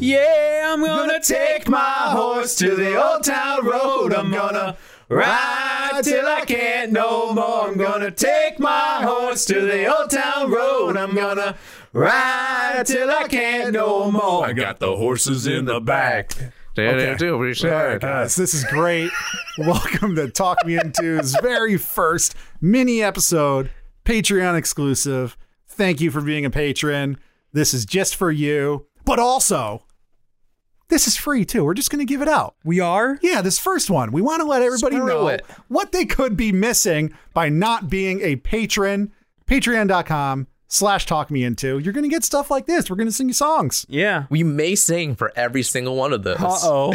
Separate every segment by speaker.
Speaker 1: Yeah, I'm gonna,
Speaker 2: Gonna take my horse to the old town road. I'm gonna ride till I can't no more. I'm gonna take my horse to the old town road. I'm gonna ride till I can't no more. I got the horses in the back.
Speaker 3: Alright, guys, this is great. Welcome to Talk Me Into's very first mini episode, Patreon exclusive. Thank you for being a patron. This is just for you, but also, this is free too. We're just going to give it out.
Speaker 1: We are?
Speaker 3: Yeah, this first one. We want to let everybody
Speaker 1: Screw
Speaker 3: know
Speaker 1: it.
Speaker 3: what they could be missing by not being a patron. Patreon.com slash talk me into. You're going to get stuff like this. We're going to sing you songs.
Speaker 1: Yeah.
Speaker 2: We may sing for every single one of those.
Speaker 1: Uh oh.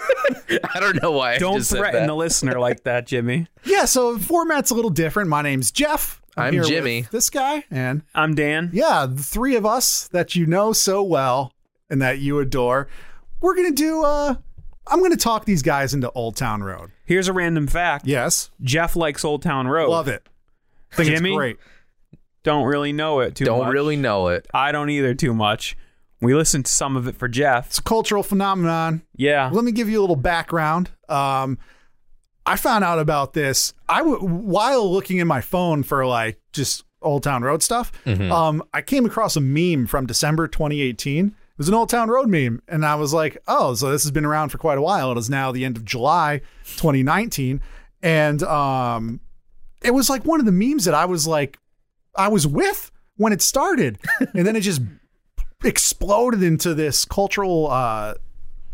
Speaker 2: I don't know why. I
Speaker 1: Don't
Speaker 2: just said
Speaker 1: threaten
Speaker 2: that.
Speaker 1: the listener like that, Jimmy.
Speaker 3: Yeah, so the format's a little different. My name's Jeff.
Speaker 2: I'm
Speaker 3: here with
Speaker 2: Jimmy.
Speaker 3: This guy. And
Speaker 1: I'm Dan.
Speaker 3: yeah, the three of us that you know so well and that you adore, we're going to do, uh, I'm going to talk these guys into Old Town Road.
Speaker 1: Here's a random fact.
Speaker 3: Yes.
Speaker 1: Jeff likes Old Town
Speaker 2: Oh.
Speaker 1: Road.
Speaker 3: Love it. Think
Speaker 1: Jimmy?
Speaker 3: it's great.
Speaker 1: Don't really know it too
Speaker 2: Don't
Speaker 1: much.
Speaker 2: really know it.
Speaker 1: I don't either too much. We listened to some of it for Jeff.
Speaker 3: It's a cultural phenomenon.
Speaker 1: Yeah.
Speaker 3: Let me give you a little background. Um, I found out about this. I w- while looking in my phone for like just Old Town Road stuff. Um, I came across a meme from December 2018. It was an Old Town Road meme, and I was like, "Oh, so this has been around for quite a while." It is now the end of July 2019, and um, it was like one of the memes that I was like, I was with when it started, and then it just exploded into this cultural uh,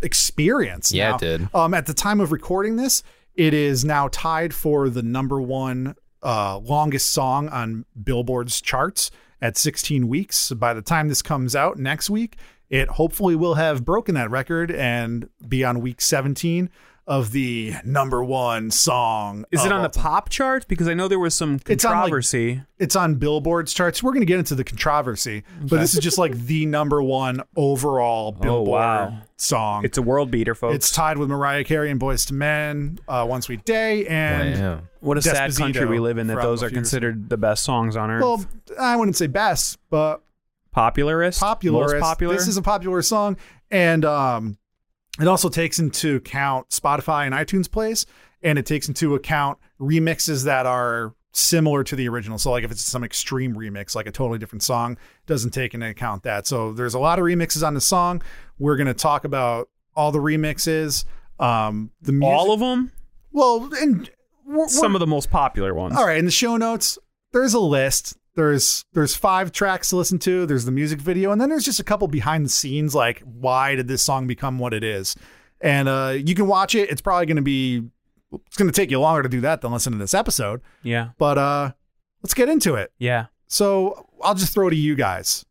Speaker 3: experience.
Speaker 2: Yeah, it
Speaker 3: now.
Speaker 2: did.
Speaker 3: Um, at the time of recording this, it is now tied for the number one uh, longest song on Billboard's charts at 16 weeks. By the time this comes out next week, it hopefully will have broken that record and be on week 17 of the number one song.
Speaker 1: Is it
Speaker 3: of
Speaker 1: on
Speaker 3: all
Speaker 1: the
Speaker 3: time.
Speaker 1: pop chart? Because I know there was some
Speaker 3: Oh, It's on, like-
Speaker 1: controversy.
Speaker 3: It's on Billboard's charts. We're going to get into the controversy, but this is just like the number one overall Billboard
Speaker 1: Oh, wow.
Speaker 3: song.
Speaker 1: it's a world beater, folks.
Speaker 3: It's tied with Mariah Carey and Boys to Men, uh, One Sweet Day, and
Speaker 2: Wow.
Speaker 1: what a sad
Speaker 3: Despacito
Speaker 1: country we live in that
Speaker 3: from
Speaker 1: those
Speaker 3: a
Speaker 1: are
Speaker 3: few years
Speaker 1: considered the best songs on earth.
Speaker 3: well, I wouldn't say best, but
Speaker 1: popularist,
Speaker 3: popular.
Speaker 1: most popular.
Speaker 3: This is a popular song, and um, it also takes into account Spotify and iTunes plays, and it takes into account remixes that are similar to the original. So, like if it's some extreme remix, like a totally different song, doesn't take into account that. So, there's a lot of remixes on the song. We're gonna talk about all the remixes, um, the music.
Speaker 1: all of them.
Speaker 3: well, and we're,
Speaker 1: Some of the most popular ones.
Speaker 3: all right, in the show notes, there's a list. There's there's five tracks to listen to. There's the music video, and then there's just a couple behind the scenes, like why did this song become what it is? And uh, you can watch it. It's probably going to be it's going to take you longer to do that than listen to this episode.
Speaker 1: Yeah.
Speaker 3: But uh, let's get into it.
Speaker 1: Yeah.
Speaker 3: So I'll just throw to you guys.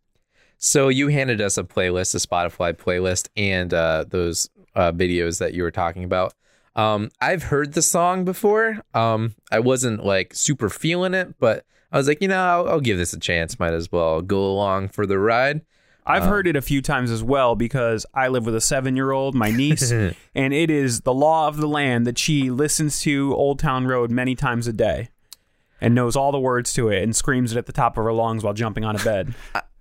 Speaker 2: So you handed us a playlist, a Spotify playlist, and uh, those uh, videos that you were talking about. Um, I've heard the song before. Um, I wasn't like super feeling it, but I was like, you know, I'll, I'll give this a chance. Might as well go along for the ride.
Speaker 3: Uh,
Speaker 1: I've heard it a few times as well because I live with a seven year old, my niece, and it is the law of the land that she listens to Old Town Road many times a day and knows all the words to it and screams it at the top of her lungs while jumping on a bed.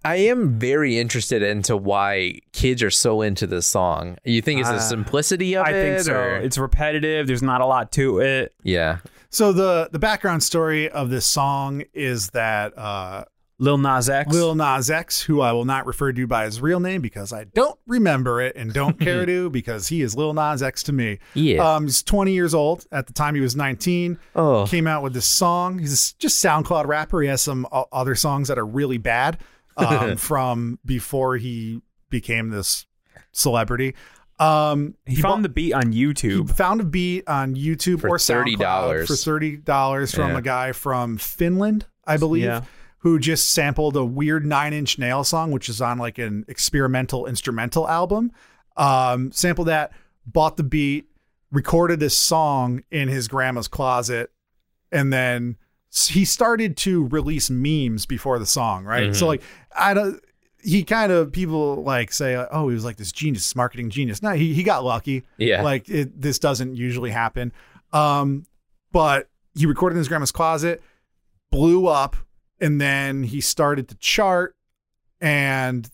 Speaker 2: I am very interested into why kids are so into this song. You think it's the simplicity of
Speaker 1: Uh, I
Speaker 2: it?
Speaker 1: think so.
Speaker 2: or-
Speaker 1: It's repetitive, there's not a lot to it.
Speaker 2: yeah.
Speaker 3: So the the background story of this song is that uh,
Speaker 1: Lil Nas X.
Speaker 3: Lil Nas X, who I will not refer to by his real name because I don't remember it and don't care to because he is Lil Nas X to me.
Speaker 2: Yeah.
Speaker 3: Um, he's 20 years old. At the time, he was 19.
Speaker 2: Oh.
Speaker 3: Came out with this song. He's just SoundCloud rapper. He has some o- other songs that are really bad um, from before he became this celebrity. Um,
Speaker 1: he found the beat on
Speaker 3: he
Speaker 1: YouTube.
Speaker 3: found a beat on YouTube
Speaker 2: For
Speaker 3: or SoundCloud
Speaker 2: $30.
Speaker 3: for thirty dollars from
Speaker 2: Yeah.
Speaker 3: a guy from Finland, I believe,
Speaker 1: Yeah.
Speaker 3: who just sampled a weird Nine Inch Nail song, which is on like an experimental instrumental album. Um, sampled that, bought the beat, recorded this song in his grandma's closet, and then s- he started to release memes before the song, right? So like I don't he kind of people like say oh he was like this genius marketing genius. No, he he got lucky.
Speaker 2: Yeah.
Speaker 3: Like it, this doesn't usually happen. Um but he recorded in his grandma's closet, blew up and then he started to chart and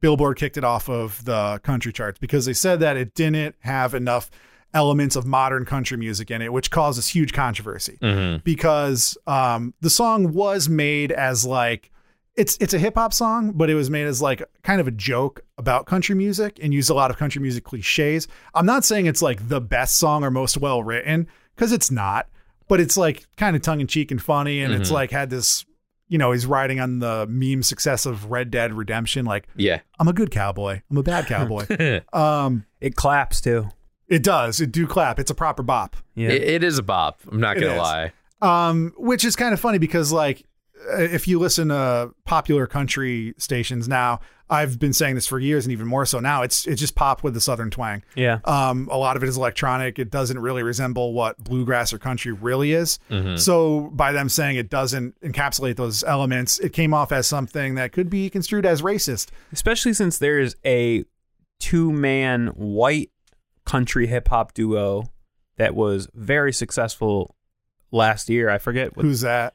Speaker 3: Billboard kicked it off of the country charts because they said that it didn't have enough elements of modern country music in it, which causes huge controversy
Speaker 1: Mm-hmm.
Speaker 2: Mhm.
Speaker 3: because um, the song was made as like it's it's a hip hop song, but it was made as like kind of a joke about country music and used a lot of country music cliches. I'm not saying it's like the best song or most well written because it's not, but it's like kind of tongue in cheek and funny, and it's like had this. You know, he's riding on the meme success of Red Dead Redemption. Like,
Speaker 2: Yeah.
Speaker 3: I'm a good cowboy. I'm a bad cowboy. um,
Speaker 1: It claps too.
Speaker 3: it does. It do clap. It's a proper bop.
Speaker 1: Yeah.
Speaker 2: It, it is a bop. I'm not
Speaker 3: It
Speaker 2: gonna
Speaker 3: is.
Speaker 2: lie.
Speaker 3: um, which is kind of funny because like uh, if you listen to popular country stations now, I've been saying this for years and even more so now. It's it's just pop with the southern twang.
Speaker 1: yeah.
Speaker 3: Um, a lot of it is electronic. It doesn't really resemble what bluegrass or country really is. So by them saying it doesn't encapsulate those elements, it came off as something that could be construed as racist.
Speaker 1: Especially since there is a two man white country hip hop duo that was very successful last year. I forget what
Speaker 3: Who's that?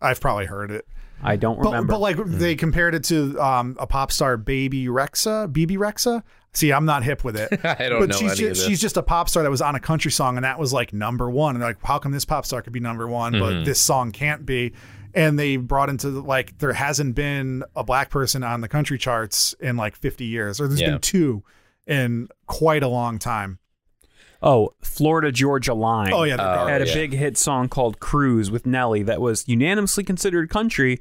Speaker 3: I've probably heard it.
Speaker 1: I don't
Speaker 3: But,
Speaker 1: remember.
Speaker 3: but like
Speaker 2: Mm.
Speaker 3: they compared it to um, a pop star, Baby Rexa, BB Rexa. See, I'm not hip with it.
Speaker 2: I don't
Speaker 3: but
Speaker 2: know
Speaker 3: she's
Speaker 2: any
Speaker 3: ju-
Speaker 2: of this.
Speaker 3: she's just a pop star that was on a country song and that was like number one. And they're like, how come this pop star could be number one,
Speaker 2: Mm-hmm.
Speaker 3: but this song can't be? And they brought into the- like there hasn't been a black person on the country charts in like 50 years, or there's
Speaker 2: Yeah.
Speaker 3: been two in quite a long time.
Speaker 1: oh, Florida Georgia Line.
Speaker 3: Oh yeah, they're
Speaker 2: Uh,
Speaker 3: dark.
Speaker 1: Had a
Speaker 2: yeah.
Speaker 1: big hit song called Cruise with Nelly that was unanimously considered country.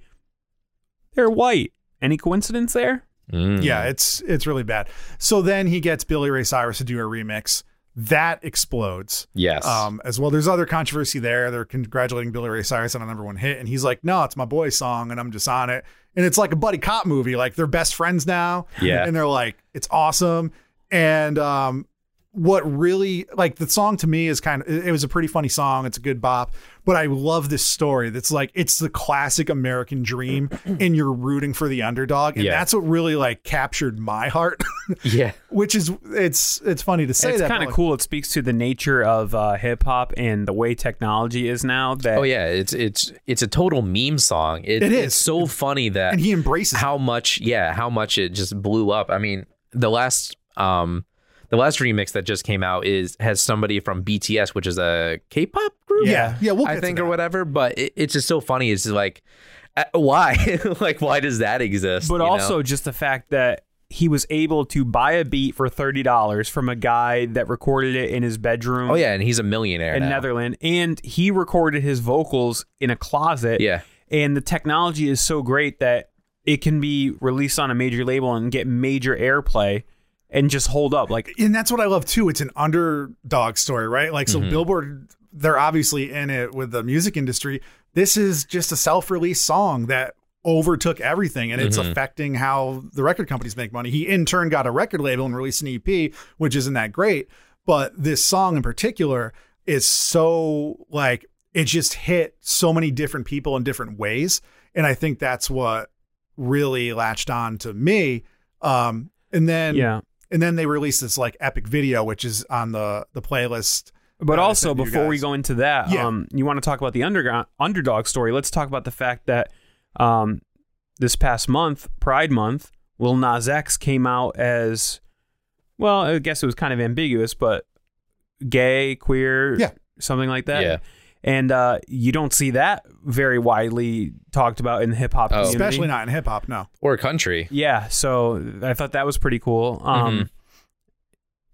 Speaker 1: They're white. Any coincidence there?
Speaker 2: Mm.
Speaker 3: yeah, it's it's really bad. So then he gets Billy Ray Cyrus to do a remix. That explodes.
Speaker 2: Yes.
Speaker 3: um, as well. There's other controversy there. They're congratulating Billy Ray Cyrus on a number one hit, and he's like, "No, it's my boy's song, and I'm just on it." And it's like a buddy cop movie. Like they're best friends now,
Speaker 2: Yeah.
Speaker 3: And they're like, "It's awesome." And um, what really like the song to me is kind of it it was a pretty funny song. It's a good bop, but I love this story. That's like it's the classic American dream, and you're rooting for the underdog, and
Speaker 2: Yeah.
Speaker 3: that's what really like captured my heart.
Speaker 2: yeah.
Speaker 3: Which is it's it's funny to say
Speaker 1: it's
Speaker 3: that but,
Speaker 1: kind of
Speaker 3: like,
Speaker 1: cool. It speaks to the nature of uh, hip hop and the way technology is now. That
Speaker 2: Oh yeah, it's it's it's a total meme song.
Speaker 3: It is.
Speaker 2: It's so funny that
Speaker 3: And he embraces
Speaker 2: how much yeah how much it just blew up. I mean the last um the last remix that just came out is has somebody from BTS, which is a K-pop group.
Speaker 3: Yeah. Yeah, we'll get
Speaker 2: I
Speaker 3: to
Speaker 2: think
Speaker 3: that.
Speaker 2: or whatever. But it, it's just so funny. It's just like uh, why like why does that exist?
Speaker 1: but
Speaker 2: you know?
Speaker 1: also just the fact that he was able to buy a beat for thirty dollars from a guy that recorded it in his bedroom
Speaker 2: oh yeah, and he's a millionaire.
Speaker 1: in
Speaker 2: now.
Speaker 1: Netherlands, and he recorded his vocals in a closet.
Speaker 2: Yeah.
Speaker 1: and the technology is so great that it can be released on a major label and get major airplay and just hold up. Like
Speaker 3: and that's what I love too. It's an underdog story, right? Like so Billboard they're obviously in it with the music industry. This is just a self-released song that overtook everything and it's affecting how the record companies make money. He in turn got a record label and released an EP, which isn't that great, but this song in particular is so like it just hit so many different people in different ways and I think that's what really latched on to me. Um and then
Speaker 1: yeah,
Speaker 3: and then they released this like epic video which is on the the playlist
Speaker 1: But
Speaker 3: that I
Speaker 1: also,
Speaker 3: sent you
Speaker 1: before we
Speaker 3: guys.
Speaker 1: go into that,
Speaker 3: Yeah.
Speaker 1: um, you want to talk about the underground underdog story. Let's talk about the fact that um, this past month, Pride Month, Lil Nas X came out as well. I guess it was kind of ambiguous, but gay, queer,
Speaker 3: Yeah.
Speaker 1: something like that.
Speaker 2: Yeah.
Speaker 1: And uh, you don't see that very widely talked about in the hip hop
Speaker 2: Oh.
Speaker 1: community,
Speaker 3: especially not in hip hop no
Speaker 2: Or country.
Speaker 1: yeah, so I thought that was pretty cool. Um,
Speaker 2: Mm-hmm.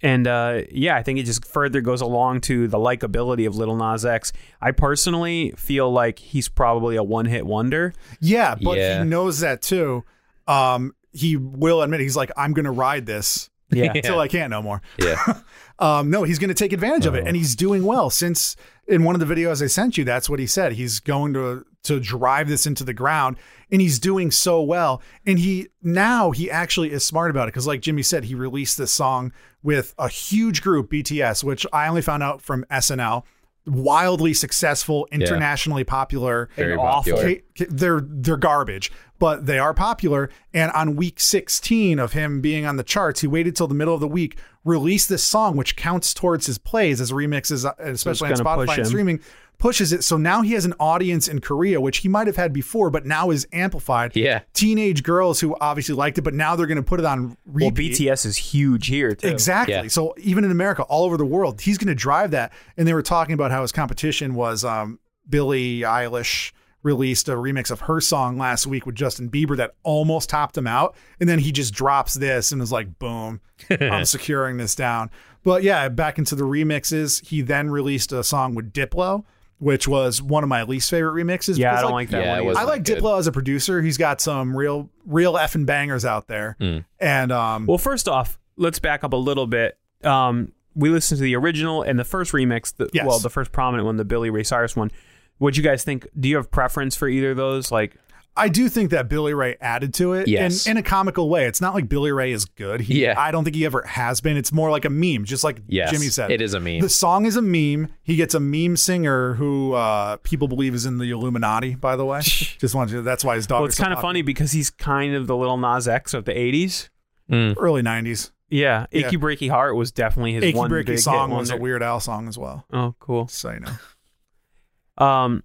Speaker 1: And uh, yeah, I think it just further goes along to the likability of Little Nas X. I personally feel like he's probably a one hit wonder.
Speaker 3: yeah but
Speaker 2: Yeah.
Speaker 3: he knows that too um he will admit he's like i'm gonna ride this
Speaker 1: Yeah.
Speaker 2: Yeah.
Speaker 3: till i can't no more
Speaker 2: Yeah.
Speaker 3: um no he's gonna take advantage of it
Speaker 2: Oh.
Speaker 3: and he's doing well since in one of the videos i sent you that's what he said he's going to to drive this into the ground and he's doing so well and he now he actually is smart about it because like jimmy said he released this song with a huge group bts which i only found out from snl wildly successful internationally popular
Speaker 2: Very
Speaker 1: awful
Speaker 2: popular.
Speaker 3: Ca- ca- they're they're garbage. but they are popular. And on week 16 of him being on the charts, he waited till the middle of the week, released this song, which counts towards his plays as remixes, uh, especially on
Speaker 1: gonna push
Speaker 3: Spotify and
Speaker 1: him.
Speaker 3: streaming, pushes it. So now he has an audience in Korea, which he might have had before, but now is amplified.
Speaker 2: Yeah.
Speaker 3: Teenage girls who obviously liked it, but now they're going to put it on repeat.
Speaker 1: Well, BTS is huge here too.
Speaker 3: Exactly.
Speaker 2: Yeah.
Speaker 3: So even in America, all over the world, he's going to drive that. And they were talking about how his competition was um, Billie Eilish released a remix of her song last week with Justin Bieber that almost topped him out, and then he just drops this and is like, "Boom, I'm securing this down." But yeah, back into the remixes. He then released a song with Diplo, which was one of my least favorite remixes.
Speaker 1: Yeah, I
Speaker 3: because,
Speaker 1: don't like that
Speaker 2: Yeah,
Speaker 1: one.
Speaker 2: it
Speaker 1: either.
Speaker 2: was-
Speaker 3: I like
Speaker 2: not good.
Speaker 3: Diplo as a producer. He's got some real, real effing bangers out there,
Speaker 1: Mm.
Speaker 3: and um,
Speaker 1: Well, first off, let's back up a little bit. Um, we listened to the original and the first remix. The,
Speaker 3: Yes.
Speaker 1: Well, the first prominent one, the Billy Ray Cyrus one. What do you guys think? Do you have preference for either of those? Like,
Speaker 3: I do think that Billy Ray added to it
Speaker 2: Yes.
Speaker 3: in, in a comical way. It's not like Billy Ray is good. He,
Speaker 2: Yeah.
Speaker 3: I don't think he ever has been. It's more like a meme, just like
Speaker 2: Yes,
Speaker 3: Jimmy said.
Speaker 2: it is a meme.
Speaker 3: The song is a meme. He gets a meme singer who uh, people believe is in the Illuminati, by the way. just wanted to, that's why his daughter.
Speaker 1: well, it's kind of funny because he's kind of the little Nas X of the '80s.
Speaker 2: Mm,
Speaker 3: Early 90s.
Speaker 1: Yeah,
Speaker 3: Yeah.
Speaker 1: Achy Breaky Heart was definitely his
Speaker 3: Achy
Speaker 1: one
Speaker 3: Breaky
Speaker 1: big
Speaker 3: song
Speaker 1: hit
Speaker 3: was a
Speaker 1: wonder.
Speaker 3: Weird Al song as well.
Speaker 1: Oh, cool.
Speaker 3: So, you know.
Speaker 1: Um,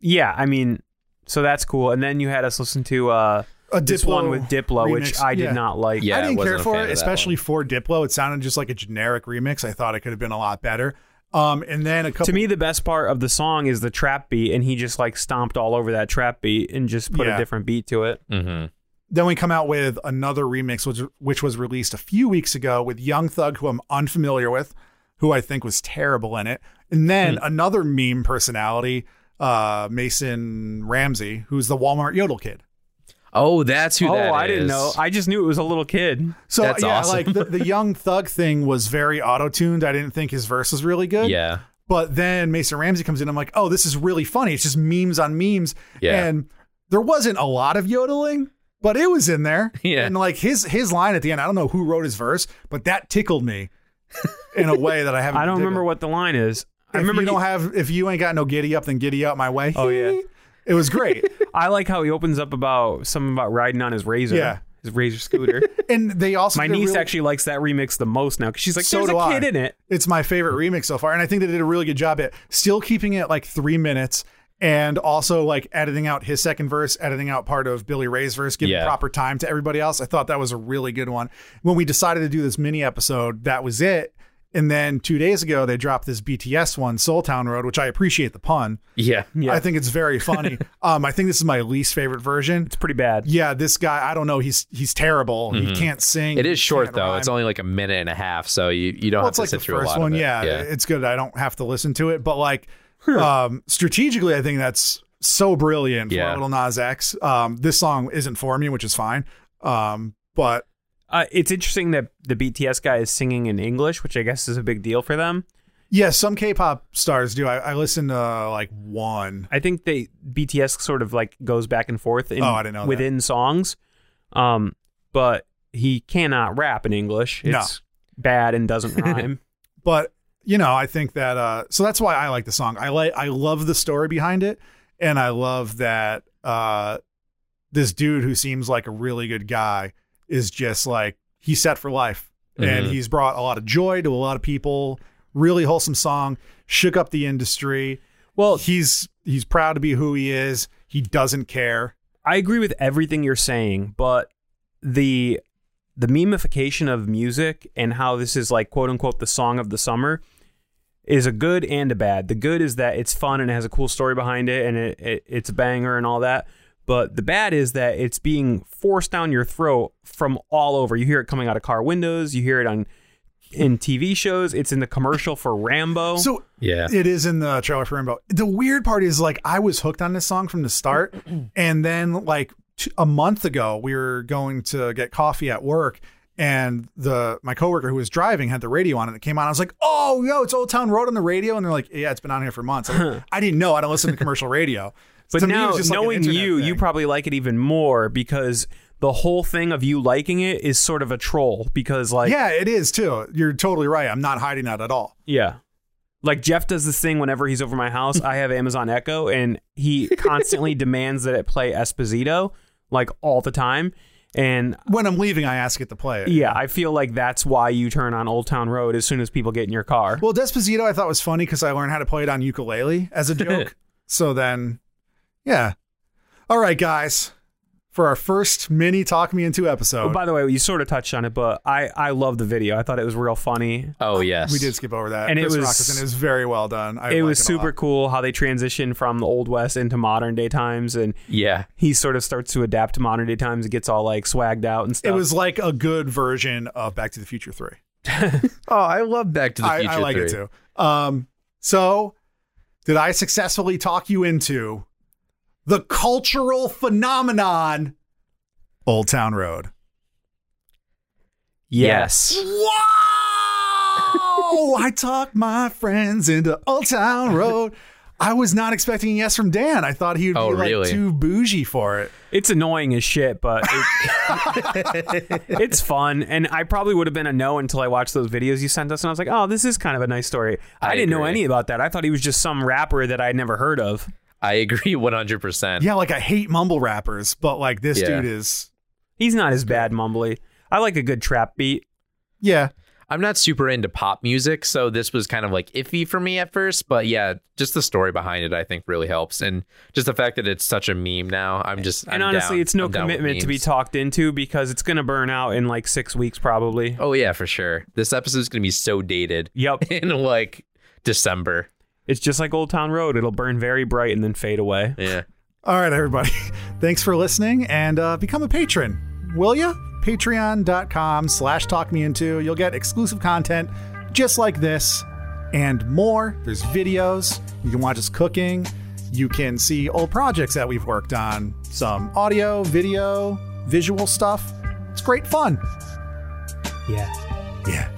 Speaker 1: yeah, I mean, so that's cool. And then you had us listen to uh
Speaker 3: A
Speaker 1: this
Speaker 3: Diplo
Speaker 1: one with Diplo, which
Speaker 3: remix.
Speaker 1: I did
Speaker 3: Yeah.
Speaker 1: not like.
Speaker 2: Yeah,
Speaker 3: I
Speaker 2: I
Speaker 3: didn't
Speaker 2: wasn't
Speaker 3: care
Speaker 2: a
Speaker 3: for
Speaker 2: fan
Speaker 3: it,
Speaker 2: of that
Speaker 3: especially for Diplo. It sounded just like a generic remix. I thought it could have been a lot better. Um, and then a couple.
Speaker 1: To me, the best part of the song is the trap beat, and he just like stomped all over that trap beat and just put
Speaker 3: Yeah.
Speaker 1: a different beat to it.
Speaker 2: Mm-hmm.
Speaker 3: Then we come out with another remix, which, which was released a few weeks ago with Young Thug, who I'm unfamiliar with, who I think was terrible in it. And
Speaker 2: Hmm.
Speaker 3: then another meme personality, uh, Mason Ramsey, who's the Walmart Yodel kid.
Speaker 2: Oh, that's who
Speaker 1: oh,
Speaker 2: that
Speaker 1: I didn't
Speaker 2: is.
Speaker 1: know. I just knew it was a little kid.
Speaker 3: So
Speaker 2: That's
Speaker 3: yeah,
Speaker 2: awesome.
Speaker 3: like the, the Young Thug thing was very auto tuned. I didn't think his verse was really good.
Speaker 2: yeah.
Speaker 3: But then Mason Ramsey comes in. I'm like, oh, this is really funny. It's just memes on memes.
Speaker 2: Yeah.
Speaker 3: And there wasn't a lot of yodeling, but it was in there.
Speaker 2: Yeah.
Speaker 3: And like his his line at the end, I don't know who wrote his verse, but that tickled me in a way that I haven't.
Speaker 1: I don't
Speaker 3: been
Speaker 1: remember
Speaker 3: tickled.
Speaker 1: what the line is. I
Speaker 3: If
Speaker 1: remember.
Speaker 3: you don't
Speaker 1: he-
Speaker 3: have if you ain't got no giddy up, then giddy up my way.
Speaker 1: Oh, yeah.
Speaker 3: It was great.
Speaker 1: I like how he opens up about something about riding on his razor.
Speaker 3: Yeah.
Speaker 1: His razor scooter.
Speaker 3: and they also
Speaker 1: My
Speaker 3: did a
Speaker 1: niece
Speaker 3: really-
Speaker 1: actually likes that remix the most now because she's like,
Speaker 3: So
Speaker 1: "There's
Speaker 3: do
Speaker 1: a
Speaker 3: I.
Speaker 1: kid in it."
Speaker 3: It's my favorite
Speaker 2: Mm-hmm.
Speaker 3: remix so far, and I think they did a really good job at still keeping it like three minutes, and also like editing out his second verse, editing out part of Billy Ray's verse, giving
Speaker 2: Yeah.
Speaker 3: proper time to everybody else. I thought that was a really good one. When we decided to do this mini episode, that was it. And then two days ago, they dropped this BTS one, Soul Town Road, which I appreciate the pun.
Speaker 2: Yeah.
Speaker 1: Yeah.
Speaker 3: I think it's very funny. um, I think this is my least favorite version.
Speaker 1: It's pretty bad.
Speaker 3: Yeah, this guy, I don't know, he's he's terrible. He can't sing.
Speaker 2: Mm-hmm. It is
Speaker 3: He
Speaker 2: short
Speaker 3: can't
Speaker 2: though.
Speaker 3: rhyme
Speaker 2: It's only like a minute and a half, so you, you
Speaker 3: well,
Speaker 2: don't have
Speaker 3: it's
Speaker 2: to
Speaker 3: like
Speaker 2: sit
Speaker 3: the
Speaker 2: through a
Speaker 3: first
Speaker 2: lot
Speaker 3: one.
Speaker 2: of it.
Speaker 3: Yeah, it's good. I don't have to listen to it, but like um, strategically, I think that's so brilliant for
Speaker 2: Yeah.
Speaker 3: Little Nas X. Um, this song isn't for me, which is fine. Um, but
Speaker 1: Uh, it's interesting that the BTS guy is singing in English, which I guess is a big deal for them.
Speaker 3: yeah, some K-pop stars do. I, I listened to like one.
Speaker 1: I think they BTS sort of like goes back and forth in,
Speaker 3: Oh, I didn't know that.
Speaker 1: within songs. Um, but he cannot rap in English.
Speaker 3: No.
Speaker 1: It's bad and doesn't rhyme.
Speaker 3: but you know, I think that uh, so that's why I like the song. I like I love the story behind it, and I love that uh, this dude who seems like a really good guy is just like he's set for life, and
Speaker 2: Mhm.
Speaker 3: he's brought a lot of joy to a lot of people. Really wholesome song, shook up the industry.
Speaker 1: well,
Speaker 3: He's he's proud to be who he is. He doesn't care.
Speaker 1: I agree with everything you're saying, but the the memification of music and how this is like quote unquote the song of the summer is a good and a bad. The good is that it's fun and it has a cool story behind it and it, it it's a banger and all that. But the bad is that it's being forced down your throat from all over. You hear it coming out of car windows, you hear it on in TV shows, it's in the commercial for Rambo.
Speaker 3: So
Speaker 2: Yeah.
Speaker 3: It is in the trailer for Rainbow. The weird part is like I was hooked on this song from the start, and then like t- a month ago we were going to get coffee at work, and the my coworker who was driving had the radio on, and it came on. I was like, "Oh, yo, it's Old Town Road on the radio," and they're like, "Yeah, it's been on here for months." I'm like, I didn't know. I don't listen to commercial radio.
Speaker 1: But
Speaker 3: To me, it
Speaker 1: now,
Speaker 3: was just like an
Speaker 1: knowing
Speaker 3: internet
Speaker 1: you, you
Speaker 3: thing.
Speaker 1: probably like it even more because the whole thing of you liking it is sort of a troll. Because like, yeah,
Speaker 3: yeah, it is too. You're totally right. I'm not hiding that at all.
Speaker 1: like Jeff does this thing whenever he's over my house. I have Amazon Echo, and he constantly demands that it play Esposito, like all the time. And
Speaker 3: When I'm leaving, I ask it to play it.
Speaker 1: yeah, I feel like that's why you turn on Old Town Road as soon as people get in your car.
Speaker 3: Well, Desposito I thought was funny because I learned how to play it on ukulele as a joke. so then, yeah. All right, guys, for our first mini Talk Me Into
Speaker 1: Oh,
Speaker 3: episode,
Speaker 1: by the way, you sort of touched on it, but I I love the video. I thought it was real funny.
Speaker 2: Oh yes,
Speaker 3: we did skip over that.
Speaker 1: And it
Speaker 3: Chris
Speaker 1: was-
Speaker 3: Rocketson, it was very well done. I
Speaker 1: it
Speaker 3: like
Speaker 1: was
Speaker 3: a
Speaker 1: super
Speaker 3: lot.
Speaker 1: cool how they transitioned from the old west into modern day times, and
Speaker 2: Yeah,
Speaker 1: he sort of starts to adapt to modern day times. It gets all like swagged out and stuff.
Speaker 3: It was like a good version of Back to the Future 3.
Speaker 2: Oh, I love Back to the
Speaker 3: I,
Speaker 2: Future.
Speaker 3: I like
Speaker 2: 3.
Speaker 3: it too. Um, so, did I successfully talk you into the cultural phenomenon Old Town Road?
Speaker 2: Yes.
Speaker 3: Wow! I talked my friends into Old Town Road. I was not expecting a yes from Dan. I thought he would
Speaker 2: Oh,
Speaker 3: be like
Speaker 2: really?
Speaker 3: too bougie for it.
Speaker 1: It's annoying as shit, but it, it's fun. And I probably would have been a no until I watched those videos you sent us, and I was like, "Oh, this is kind of a nice story." I,
Speaker 2: I
Speaker 1: didn't know
Speaker 2: agree.
Speaker 1: any about that. I thought he was just some rapper that I'd never heard of.
Speaker 2: I agree 100%.
Speaker 3: Yeah, like I hate mumble rappers, but like this
Speaker 2: Yeah.
Speaker 3: dude is.
Speaker 1: He's not as bad, mumbly. I like a good trap beat.
Speaker 3: Yeah,
Speaker 2: I'm not super into pop music, so this was kind of like iffy for me at first, but yeah, just the story behind it I think really helps and just the fact that it's such a meme now. I'm just
Speaker 1: And
Speaker 2: I'm
Speaker 1: honestly,
Speaker 2: down-
Speaker 1: it's no
Speaker 2: I'm down with
Speaker 1: commitment to be
Speaker 2: memes.
Speaker 1: talked into because it's going to burn out in like six weeks, probably.
Speaker 2: Oh yeah, for sure. This episode's going to be so dated
Speaker 1: Yep.
Speaker 2: in like December.
Speaker 1: It's just like Old Town Road. It'll burn very bright and then fade away.
Speaker 2: Yeah.
Speaker 3: All right, everybody. Thanks for listening and uh, become a patron, will you? Patreon.com slash talk me into. You'll get exclusive content just like this and more. There's videos. You can watch us cooking. You can see old projects that we've worked on, some audio, video, visual stuff. It's great fun.
Speaker 1: Yeah.
Speaker 3: Yeah.